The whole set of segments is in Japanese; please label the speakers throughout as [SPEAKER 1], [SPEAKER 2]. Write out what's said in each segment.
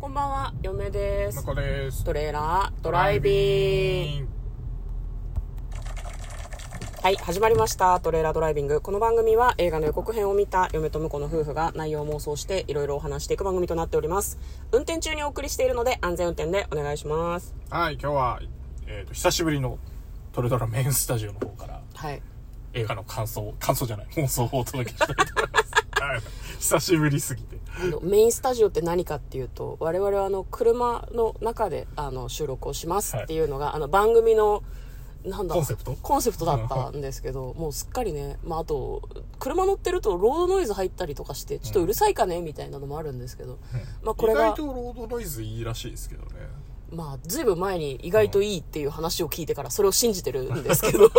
[SPEAKER 1] こんばんは、嫁です。
[SPEAKER 2] 中です
[SPEAKER 1] トレーラードライビング。
[SPEAKER 2] ン
[SPEAKER 1] はい、始まりました。トレーラードライビング。この番組は映画の予告編を見た嫁と婿の夫婦が内容を妄想していろいろお話していく番組となっております。運転中にお送りしているので安全運転でお願いします。
[SPEAKER 2] はい今日は、えー、と久しぶりのトレドラメインスタジオの方から
[SPEAKER 1] はい。
[SPEAKER 2] 映画の感想感想じゃない妄想をお届けしたいと思いますはい久しぶりすぎて
[SPEAKER 1] あのメインスタジオって何かっていうと我々はあの車の中であの収録をしますっていうのが、あの番組のなんだ
[SPEAKER 2] コンセプト
[SPEAKER 1] コンセプトだったんですけどもうすっかりね、まあ、あと車乗ってるとロードノイズ入ったりとかしてちょっとうるさいかねみたいなのもあるんですけど、まあ、これ
[SPEAKER 2] 意
[SPEAKER 1] が
[SPEAKER 2] 外とロードノイズいいらしいですけどね
[SPEAKER 1] まあ、ずいぶん前に意外といいっていう話を聞いてからそれを信じてるんですけど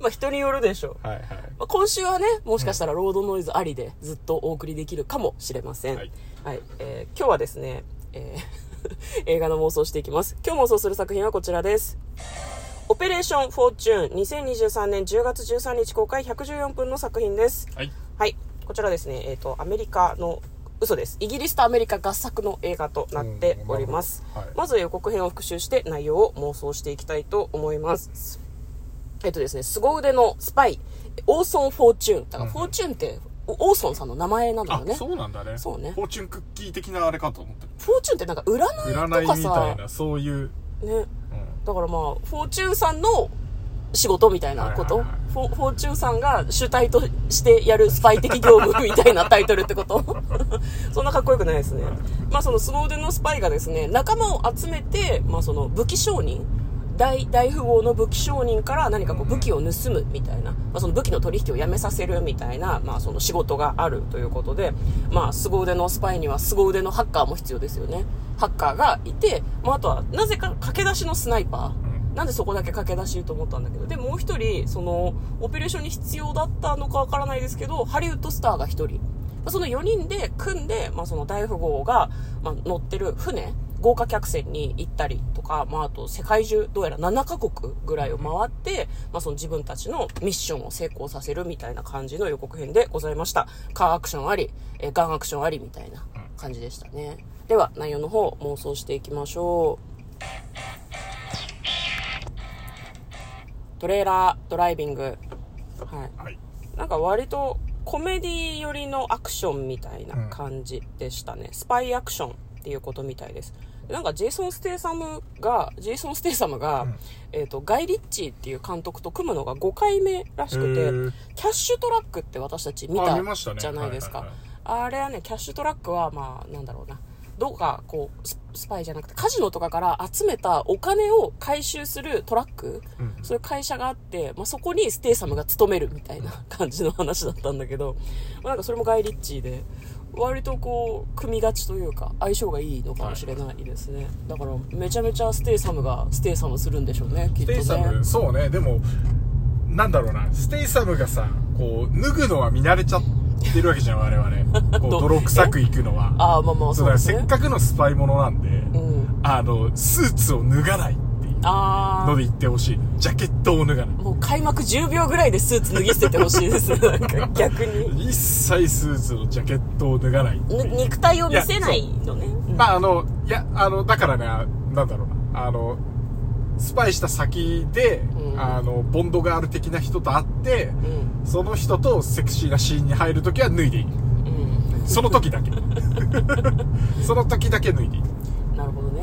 [SPEAKER 1] まあ人によるでしょう、
[SPEAKER 2] はいはい
[SPEAKER 1] まあ、今週はねもしかしたらロードノイズありでずっとお送りできるかもしれません、
[SPEAKER 2] はい
[SPEAKER 1] はい、えー今日はですね、えー 映画の妄想していきます。今日妄想する作品はこちらです。オペレーションフォーチューン2023年10月13日公開114分の作品です。
[SPEAKER 2] はい
[SPEAKER 1] はい、こちらですね、えっ、と、アメリカの、嘘です。イギリスとアメリカ合作の映画となっております。
[SPEAKER 2] うんなるほどはい
[SPEAKER 1] まず予告編を復習して内容を妄想していきたいと思います。えっとですね、凄腕のスパイ、オーソン・フォーチューン。だから、フォーチューンって、オーソンさんの名前なの
[SPEAKER 2] あ
[SPEAKER 1] よね。
[SPEAKER 2] そうなんだね
[SPEAKER 1] そうね
[SPEAKER 2] フォーチュンクッキー的なあれかと思って
[SPEAKER 1] フォーチューンってなんか
[SPEAKER 2] る
[SPEAKER 1] 占い
[SPEAKER 2] 占
[SPEAKER 1] と
[SPEAKER 2] い
[SPEAKER 1] か
[SPEAKER 2] みた
[SPEAKER 1] さ
[SPEAKER 2] い、なそういう、
[SPEAKER 1] ね、
[SPEAKER 2] うん
[SPEAKER 1] だからまあフォーチュンさんの仕事みたいなこと、
[SPEAKER 2] はいはいはい
[SPEAKER 1] フォフォーチュンさんが主体としてやるスパイ的業務みたいなタイトルってこと そんなかっこよくないですね、まあ、その凄腕のスパイがですね仲間を集めて、まあ、その武器商人大大富豪の武器商人から何かこう武器を盗むみたいな、まあ、その武器の取引をやめさせるみたいな、まあ、その仕事があるということで、まあ、凄腕のスパイには凄腕のハッカーも必要ですよねハッカーがいて、まあ、あとはなぜか駆け出しのスナイパー、
[SPEAKER 2] うん
[SPEAKER 1] なんでそこだけ駆け出しいると思ったんだけどでもう一人そのオペレーションに必要だったのかわからないですけどハリウッドスターが一人まあその4人で組んで、まあ、その大富豪が、まあ、乗ってる船豪華客船に行ったりとか、まあ、あと世界中どうやら7カ国ぐらいを回って、まあ、その自分たちのミッションを成功させるみたいな感じの予告編でございましたカーアクションありえーガンアクションありみたいな感じでしたねでは内容の方妄想していきましょうトレーラードライビングはい
[SPEAKER 2] はい
[SPEAKER 1] なんか割とコメディ寄りのアクションみたいな感じでしたね、スパイアクションっていうことみたいですなんかジェイソン・ステイサムがジェイソン・ステイサムが、
[SPEAKER 2] ん
[SPEAKER 1] えー、とガイ・リッチーっていう監督と組むのが5回目らしく
[SPEAKER 2] へ
[SPEAKER 1] て
[SPEAKER 2] ー
[SPEAKER 1] キャッシュトラックって私たち見
[SPEAKER 2] あ
[SPEAKER 1] た
[SPEAKER 2] 見ましたね
[SPEAKER 1] じゃないですか、
[SPEAKER 2] はいはい
[SPEAKER 1] あれはねキャッシュトラックはまあなんだろうなどうかこうススパイじゃなくてカジノとかから集めたお金を回収するトラック、
[SPEAKER 2] うん
[SPEAKER 1] そういう会社があって、まあ、そこにステイサムが勤めるみたいな感じの話だったんだけど、まあ、なんかそれもガイ・リッチーで割とこう組みがちというか相性がいいのかもしれないですね、だからめちゃめちゃステイサムがステイサムするんでしょうねきっと
[SPEAKER 2] ス
[SPEAKER 1] ね
[SPEAKER 2] テイサムそうねでもなんだろうなステイサムがさこう脱ぐのは見慣れちゃってるわ けじゃん我々こう
[SPEAKER 1] ど
[SPEAKER 2] 泥臭くいくのは
[SPEAKER 1] ああまあまあ
[SPEAKER 2] そ
[SPEAKER 1] そううで
[SPEAKER 2] だから
[SPEAKER 1] す
[SPEAKER 2] せ
[SPEAKER 1] ね
[SPEAKER 2] っかくのスパイものなんで、
[SPEAKER 1] うん
[SPEAKER 2] あのスーツを脱がないっていう
[SPEAKER 1] ああ
[SPEAKER 2] ので言ってほしいジャケットを脱がない
[SPEAKER 1] もう開幕10秒ぐらいでスーツ脱ぎ捨ててほしい ですねなんか逆に
[SPEAKER 2] 一切スーツのジャケットを脱がないっていう
[SPEAKER 1] ぬ肉体を見せないのねうん
[SPEAKER 2] まああのいやあのだからねあなんだろうなあのスパイした先で、
[SPEAKER 1] うん
[SPEAKER 2] あのボンドガール的な人と会って、
[SPEAKER 1] うん
[SPEAKER 2] その人とセクシーなシーンに入るときは脱いでいい
[SPEAKER 1] うん
[SPEAKER 2] その 時だけその時だけ脱いでいい
[SPEAKER 1] なるほどね、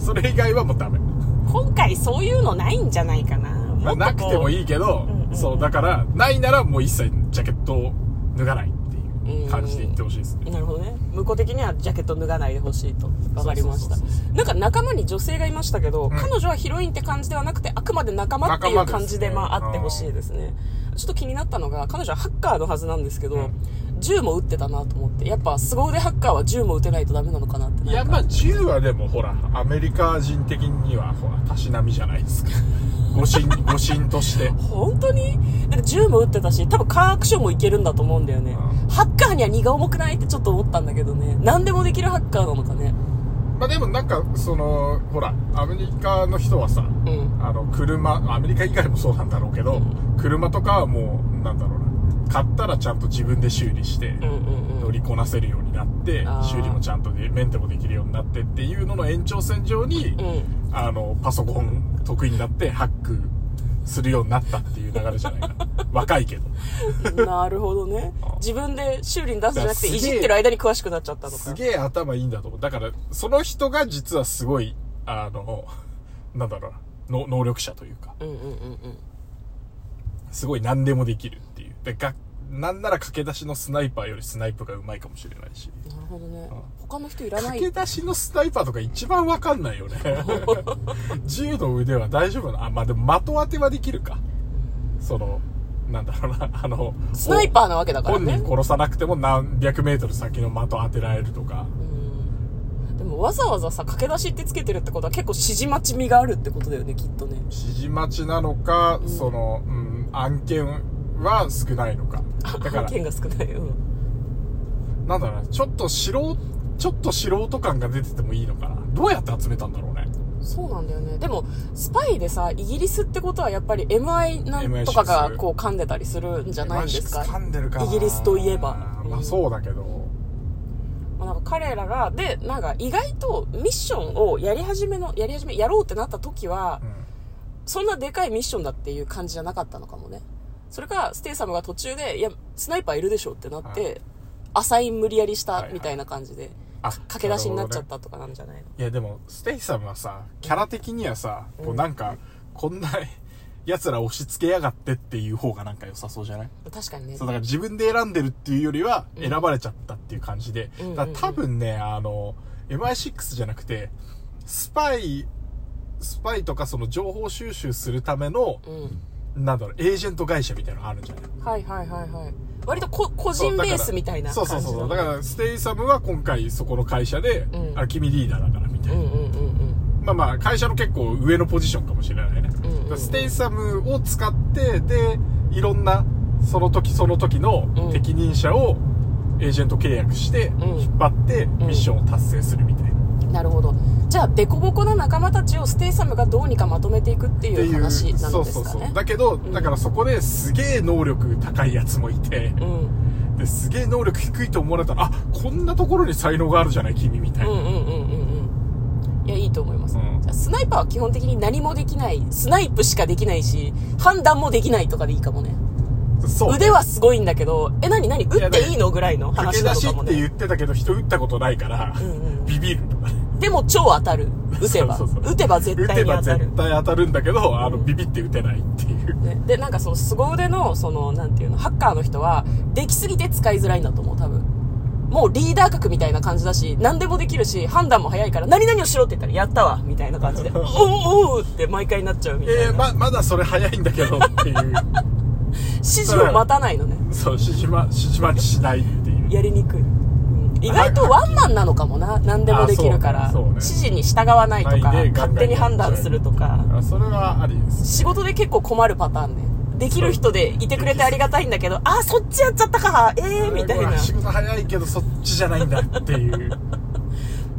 [SPEAKER 2] それ以外はもうダメ、
[SPEAKER 1] 今回そういうのないんじゃないかな、
[SPEAKER 2] まあ、
[SPEAKER 1] もっ
[SPEAKER 2] な
[SPEAKER 1] とこう
[SPEAKER 2] くてもいいけど、
[SPEAKER 1] うんうん
[SPEAKER 2] そうだからないならもう一切ジャケットを脱がないっていう感じで言ってほしいですね、
[SPEAKER 1] なるほどね向こう的にはジャケット脱がないでほしいと分かりました
[SPEAKER 2] そうそうそう
[SPEAKER 1] なんか仲間に女性がいましたけど、彼女はヒロインって感じではなくてあくまで仲間っていう
[SPEAKER 2] 仲間ですね
[SPEAKER 1] 感じでまああってほしいですねちょっと気になったのが彼女はハッカーのはずなんですけど、
[SPEAKER 2] うん
[SPEAKER 1] 銃も撃ってたなと思ってやっぱ凄腕ハッカーは銃も撃てないとダメなのかなって
[SPEAKER 2] い
[SPEAKER 1] なん
[SPEAKER 2] や
[SPEAKER 1] か
[SPEAKER 2] まあ銃はでもほらアメリカ人的にはほらたしなみじゃないで すか誤信誤信として
[SPEAKER 1] 本当になんか銃も撃ってたし多分カーアクションもいけるんだと思うんだよね
[SPEAKER 2] う
[SPEAKER 1] ハッカーには荷が重くないってちょっと思ったんだけどね何でもできるハッカーなのかね
[SPEAKER 2] まあでもなんかそのほらアメリカの人はさ
[SPEAKER 1] うん
[SPEAKER 2] あの車アメリカ以外もそうなんだろうけど、車とかはもうなんだろうな買ったらちゃんと自分で修理して、
[SPEAKER 1] うんうんう
[SPEAKER 2] 乗
[SPEAKER 1] ん
[SPEAKER 2] りこなせるようになって
[SPEAKER 1] あー
[SPEAKER 2] 修理もちゃんとでメンテもできるようになってっていうのの延長線上に、
[SPEAKER 1] うん
[SPEAKER 2] あのパソコン得意になってハックするようになったっていう流れじゃない かな若いけど
[SPEAKER 1] なるほどね自分で修理に出すんじゃなくて
[SPEAKER 2] だからすげえ
[SPEAKER 1] いじってる間に詳しくなっちゃったのか
[SPEAKER 2] すげえ頭いいんだと思うだからその人が実はすごいあのなんだろうなの能力者というか
[SPEAKER 1] うんうんうんうん
[SPEAKER 2] すごい何でもできるっていうでがなんなら駆け出しのスナイパーよりスナイプが上手いかもしれないし
[SPEAKER 1] なるほどね
[SPEAKER 2] あ
[SPEAKER 1] 他の人いらない
[SPEAKER 2] 駆け出しのスナイパーとか一番わかんないよね 銃の腕は大丈夫なのあまあでも的当てはできるかそのなんだろうなあの
[SPEAKER 1] スナイパーなわけだから
[SPEAKER 2] 本
[SPEAKER 1] ね
[SPEAKER 2] 人殺さなくても何百メートル先の的当てられるとか
[SPEAKER 1] うんでもわざわざさ駆け出しってつけてるってことは結構指示待ち味があるってことだよねきっとね
[SPEAKER 2] 指示待ちなのか、
[SPEAKER 1] ん
[SPEAKER 2] その、うん、案件は少ないのかだか
[SPEAKER 1] 案
[SPEAKER 2] ら
[SPEAKER 1] 件が少ないうん
[SPEAKER 2] なんだろうなちょっと素人ちょっと素人感が出ててもいいのかなどうやって集めたんだろうね
[SPEAKER 1] そうなんだよねでもスパイでさイギリスってことはやっぱり MI なん
[SPEAKER 2] MI
[SPEAKER 1] とかが
[SPEAKER 2] そう
[SPEAKER 1] こう噛んでたりするんじゃないんですか
[SPEAKER 2] 噛んでるかな
[SPEAKER 1] イギリスといえば
[SPEAKER 2] まあそうだけど
[SPEAKER 1] まあなんか彼らがでなんか意外とミッションをやり始めのやり始めやろうってなった時は
[SPEAKER 2] うん
[SPEAKER 1] そんなでかいミッションだっていう感じじゃなかったのかもねそれかステイサムが途中でいやスナイパーいるでしょってなって、
[SPEAKER 2] は
[SPEAKER 1] アサイン無理やりし
[SPEAKER 2] はい
[SPEAKER 1] た
[SPEAKER 2] はい
[SPEAKER 1] みたいな感じで、
[SPEAKER 2] あ
[SPEAKER 1] 駆け出しになっちゃ
[SPEAKER 2] るほどね
[SPEAKER 1] ったとかなんじゃないの
[SPEAKER 2] いやでも、ステイサムはさ、キャラ的にはさ、こうなんか、こんな奴ら押し付けやがってっていう方がなんか良さそうじゃない
[SPEAKER 1] 確かにね
[SPEAKER 2] そう、だから自分で選んでるっていうよりは、選ばれちゃったっていう感じで
[SPEAKER 1] うんうんう。ん
[SPEAKER 2] だから多分ね、あの、MI6 じゃなくて、スパイ、スパイとかその情報収集するための、
[SPEAKER 1] うん
[SPEAKER 2] なんだろう、エージェント会社みたいなのあるんじゃな
[SPEAKER 1] は
[SPEAKER 2] い
[SPEAKER 1] いはいはいはい割とこ個
[SPEAKER 2] そう
[SPEAKER 1] 人
[SPEAKER 2] だか
[SPEAKER 1] ベ
[SPEAKER 2] ら
[SPEAKER 1] ースみたいな
[SPEAKER 2] そ
[SPEAKER 1] 感
[SPEAKER 2] う
[SPEAKER 1] じ
[SPEAKER 2] そ
[SPEAKER 1] の
[SPEAKER 2] うそうそう。だから、ステイサムは今回そこの会社で、
[SPEAKER 1] うん
[SPEAKER 2] あ、君リーダーだからみたいな
[SPEAKER 1] う。んうんうんうん
[SPEAKER 2] まあまあ、会社の結構上のポジションかもしれないね。
[SPEAKER 1] うんうんうん
[SPEAKER 2] ステイサムを使って、で、いろんな、その時その時
[SPEAKER 1] うん
[SPEAKER 2] の適任者をエージェント契約して、
[SPEAKER 1] ん
[SPEAKER 2] 引っ張ってミッションを達成するみたいな。
[SPEAKER 1] なるほどじゃあ凸凹な仲間たちをステイサムがどうにかまとめていくって
[SPEAKER 2] って
[SPEAKER 1] い
[SPEAKER 2] いうう
[SPEAKER 1] 話な
[SPEAKER 2] そ
[SPEAKER 1] の
[SPEAKER 2] う
[SPEAKER 1] で
[SPEAKER 2] そ
[SPEAKER 1] す
[SPEAKER 2] う
[SPEAKER 1] か
[SPEAKER 2] そう。
[SPEAKER 1] ね
[SPEAKER 2] だけど、だからそこですげえ能力高いやつもいて、
[SPEAKER 1] うん
[SPEAKER 2] ですげえ能力低いと思われたら、あ、こんなところに才能があるじゃない、君みたい
[SPEAKER 1] うん
[SPEAKER 2] な。
[SPEAKER 1] うんうんうんうんいやいいと思います、
[SPEAKER 2] うん
[SPEAKER 1] じゃあスナイパーは基本的に何もできないスナイプしかできないし判断もできないとかでいいかもね
[SPEAKER 2] そう。
[SPEAKER 1] 腕はすごいんだけどえ何何打っていいのぐらいの
[SPEAKER 2] 駆
[SPEAKER 1] 話
[SPEAKER 2] け
[SPEAKER 1] な
[SPEAKER 2] 出
[SPEAKER 1] の
[SPEAKER 2] し
[SPEAKER 1] かも
[SPEAKER 2] って言
[SPEAKER 1] ね
[SPEAKER 2] ってたけど、人打ったことないから、
[SPEAKER 1] んうん
[SPEAKER 2] ビビるとかね。
[SPEAKER 1] でも超当たる打てば
[SPEAKER 2] そうそうそう
[SPEAKER 1] 打てば絶
[SPEAKER 2] 打
[SPEAKER 1] 対
[SPEAKER 2] て
[SPEAKER 1] に
[SPEAKER 2] ば
[SPEAKER 1] 当たる
[SPEAKER 2] 絶対当たるんだけど、あの、ビビって打てないっていう。
[SPEAKER 1] ね、でなんかその凄腕のそのなんていうのハッカーの人はできすぎて使いづらいんだと思う多分もうリーダー格みたいな感じだし何でもできるし判断も早いから何々をしろって言ったらやったわみたいな感 じでおうおうって毎回なっちゃうみたいな、
[SPEAKER 2] えー、ま、まだそれ早いんだけどって いう。
[SPEAKER 1] 指示を待たないのね
[SPEAKER 2] そう、指示ま、指示待ちしないっていう。
[SPEAKER 1] やりにくい、うん意外とワンマンなのかもな何でもできるから、
[SPEAKER 2] あそうねそうね
[SPEAKER 1] 指示に従わないとか
[SPEAKER 2] ないでガンガン
[SPEAKER 1] 勝手に判断するとか
[SPEAKER 2] あそれはありです。
[SPEAKER 1] 仕事で結構困るパターンねできる人でいてくれてありがたいんだけどあーそっちやっちゃったかええー、みたいうな
[SPEAKER 2] わ仕事早いけどそっちじゃないんだって いう。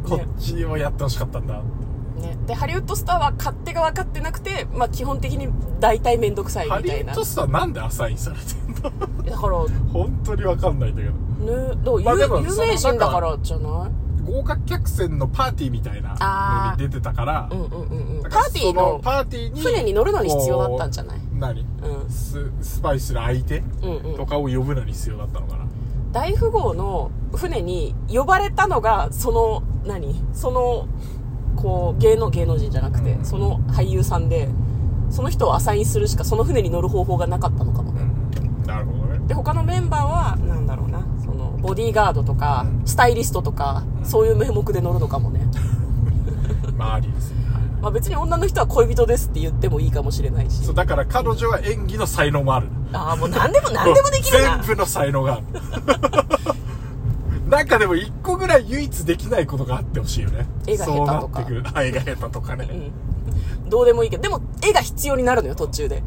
[SPEAKER 2] こっちをやってほしかったんだ。
[SPEAKER 1] ね、でハリウッドスターは勝手が分かってなくて、まあ、基本的に大体面倒くさい
[SPEAKER 2] ハ
[SPEAKER 1] み
[SPEAKER 2] リウ
[SPEAKER 1] たいな
[SPEAKER 2] ッドスターなんでアサインされ てんの
[SPEAKER 1] だから、ね、
[SPEAKER 2] 本当にわかんないんだけど。
[SPEAKER 1] どう、
[SPEAKER 2] まあ
[SPEAKER 1] 有
[SPEAKER 2] でも
[SPEAKER 1] 有
[SPEAKER 2] その
[SPEAKER 1] 名人だからじゃない
[SPEAKER 2] 豪華客船のパーティーみたいなのに出てたから、
[SPEAKER 1] うんうんうんうん
[SPEAKER 2] だ
[SPEAKER 1] パ
[SPEAKER 2] から
[SPEAKER 1] ーティ
[SPEAKER 2] そ
[SPEAKER 1] ーの
[SPEAKER 2] パーティーに
[SPEAKER 1] 船に乗るのに必要だったんじゃない
[SPEAKER 2] こう何
[SPEAKER 1] うん
[SPEAKER 2] ススパイする相手
[SPEAKER 1] うんう
[SPEAKER 2] と
[SPEAKER 1] ん
[SPEAKER 2] かを呼ぶのに必要だったのかな、
[SPEAKER 1] 大富豪の船に呼ばれたのがその何そのこう芸能芸能人じゃなくて、
[SPEAKER 2] うん
[SPEAKER 1] その俳優さんでその人をアサインするしかその船に乗る方法がなかったのかもね
[SPEAKER 2] なるほどね
[SPEAKER 1] で他のメンバーはなんだろうなそのボディーガードとか
[SPEAKER 2] うん
[SPEAKER 1] スタイリストとか
[SPEAKER 2] うん
[SPEAKER 1] そういう名目で乗るのかもね、
[SPEAKER 2] まあありですね、
[SPEAKER 1] まあ、別に女の人は恋人ですって言ってもいいかもしれないし
[SPEAKER 2] そうだから彼女は演技の才能もある
[SPEAKER 1] ああもう何でも何でもできるな
[SPEAKER 2] 全部の才能があるなんかでも一個ぐらい唯一できないことがあってほしいよね
[SPEAKER 1] 絵が下手とか
[SPEAKER 2] そうなってくるあ絵が下手とかね、
[SPEAKER 1] うんどうでもいいけどでも絵が必要になるのよ途中で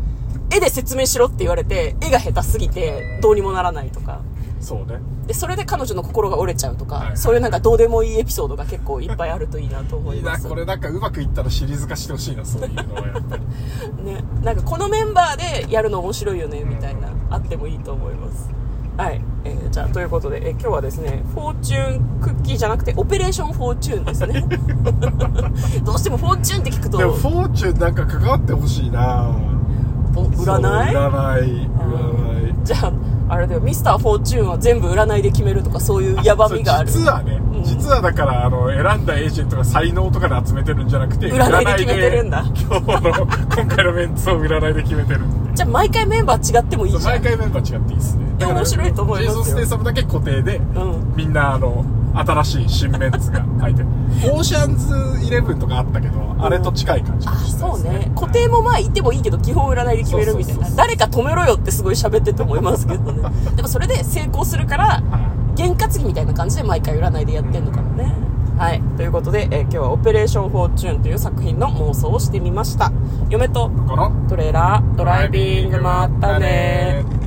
[SPEAKER 1] 絵で説明しろって言われて絵が下手すぎてどうにもならないとか
[SPEAKER 2] そうね
[SPEAKER 1] でそれで彼女の心が折れちゃうとか、
[SPEAKER 2] はい
[SPEAKER 1] そういうなんかどうでもいいエピソードが結構いっぱいあるといいなと思
[SPEAKER 2] い
[SPEAKER 1] い
[SPEAKER 2] い
[SPEAKER 1] ま
[SPEAKER 2] な
[SPEAKER 1] す
[SPEAKER 2] これなんかうまくいったらシリーズ化してほしいなそういうのはやっぱり
[SPEAKER 1] ね、なんかこのメンバーでやるの面白いよねみたいなあってもいいと思いますはい、えーじゃあということで、えー今日はですねフォーチュンクッキーじゃなくてオペレーションフォーチューンです ねどうしてもフォーチューンって聞くと
[SPEAKER 2] でもフォーチュンなんか関わってほしいな
[SPEAKER 1] お
[SPEAKER 2] そう
[SPEAKER 1] 占い
[SPEAKER 2] 占い占い
[SPEAKER 1] じゃああれだよミスターフォーチューンは全部占いで決めるとかそういう
[SPEAKER 2] あ
[SPEAKER 1] やばみがある
[SPEAKER 2] そう実はね、
[SPEAKER 1] ん
[SPEAKER 2] 実はだからあの選んだエージェントが才能とかで集めてるんじゃなくて
[SPEAKER 1] 占いで決めてるんだ
[SPEAKER 2] 占いで今日の今回のメンツを占いで決めてる
[SPEAKER 1] じゃあ毎回メンバー違ってもいいじゃ
[SPEAKER 2] 毎
[SPEAKER 1] ん
[SPEAKER 2] 回メンバー違っていいですね
[SPEAKER 1] いや面白いと思いますよ
[SPEAKER 2] ジェイソン・ステイサムだけ固定で、
[SPEAKER 1] ん
[SPEAKER 2] みんなあの新しい新メンツが 入ってるオーシャンズイレブンとかあったけど、あれと近い感じ
[SPEAKER 1] あ
[SPEAKER 2] がしたで
[SPEAKER 1] そう
[SPEAKER 2] す
[SPEAKER 1] ね固定もまあ言ってもいいけど基本占いで決めるみたい
[SPEAKER 2] そうそうそう
[SPEAKER 1] な
[SPEAKER 2] そう
[SPEAKER 1] 誰か止めろよってすごい喋ってて思いますけどねでもそれで成功するから
[SPEAKER 2] は
[SPEAKER 1] 験担ぎみたいな感じで毎回占いでやってんのかもねはいということで、えー今日は「オペレーション・フォーチューン」という作品の妄想をしてみました嫁と
[SPEAKER 2] いこの
[SPEAKER 1] トレーラード
[SPEAKER 2] ド
[SPEAKER 1] ライビングまったね
[SPEAKER 2] ー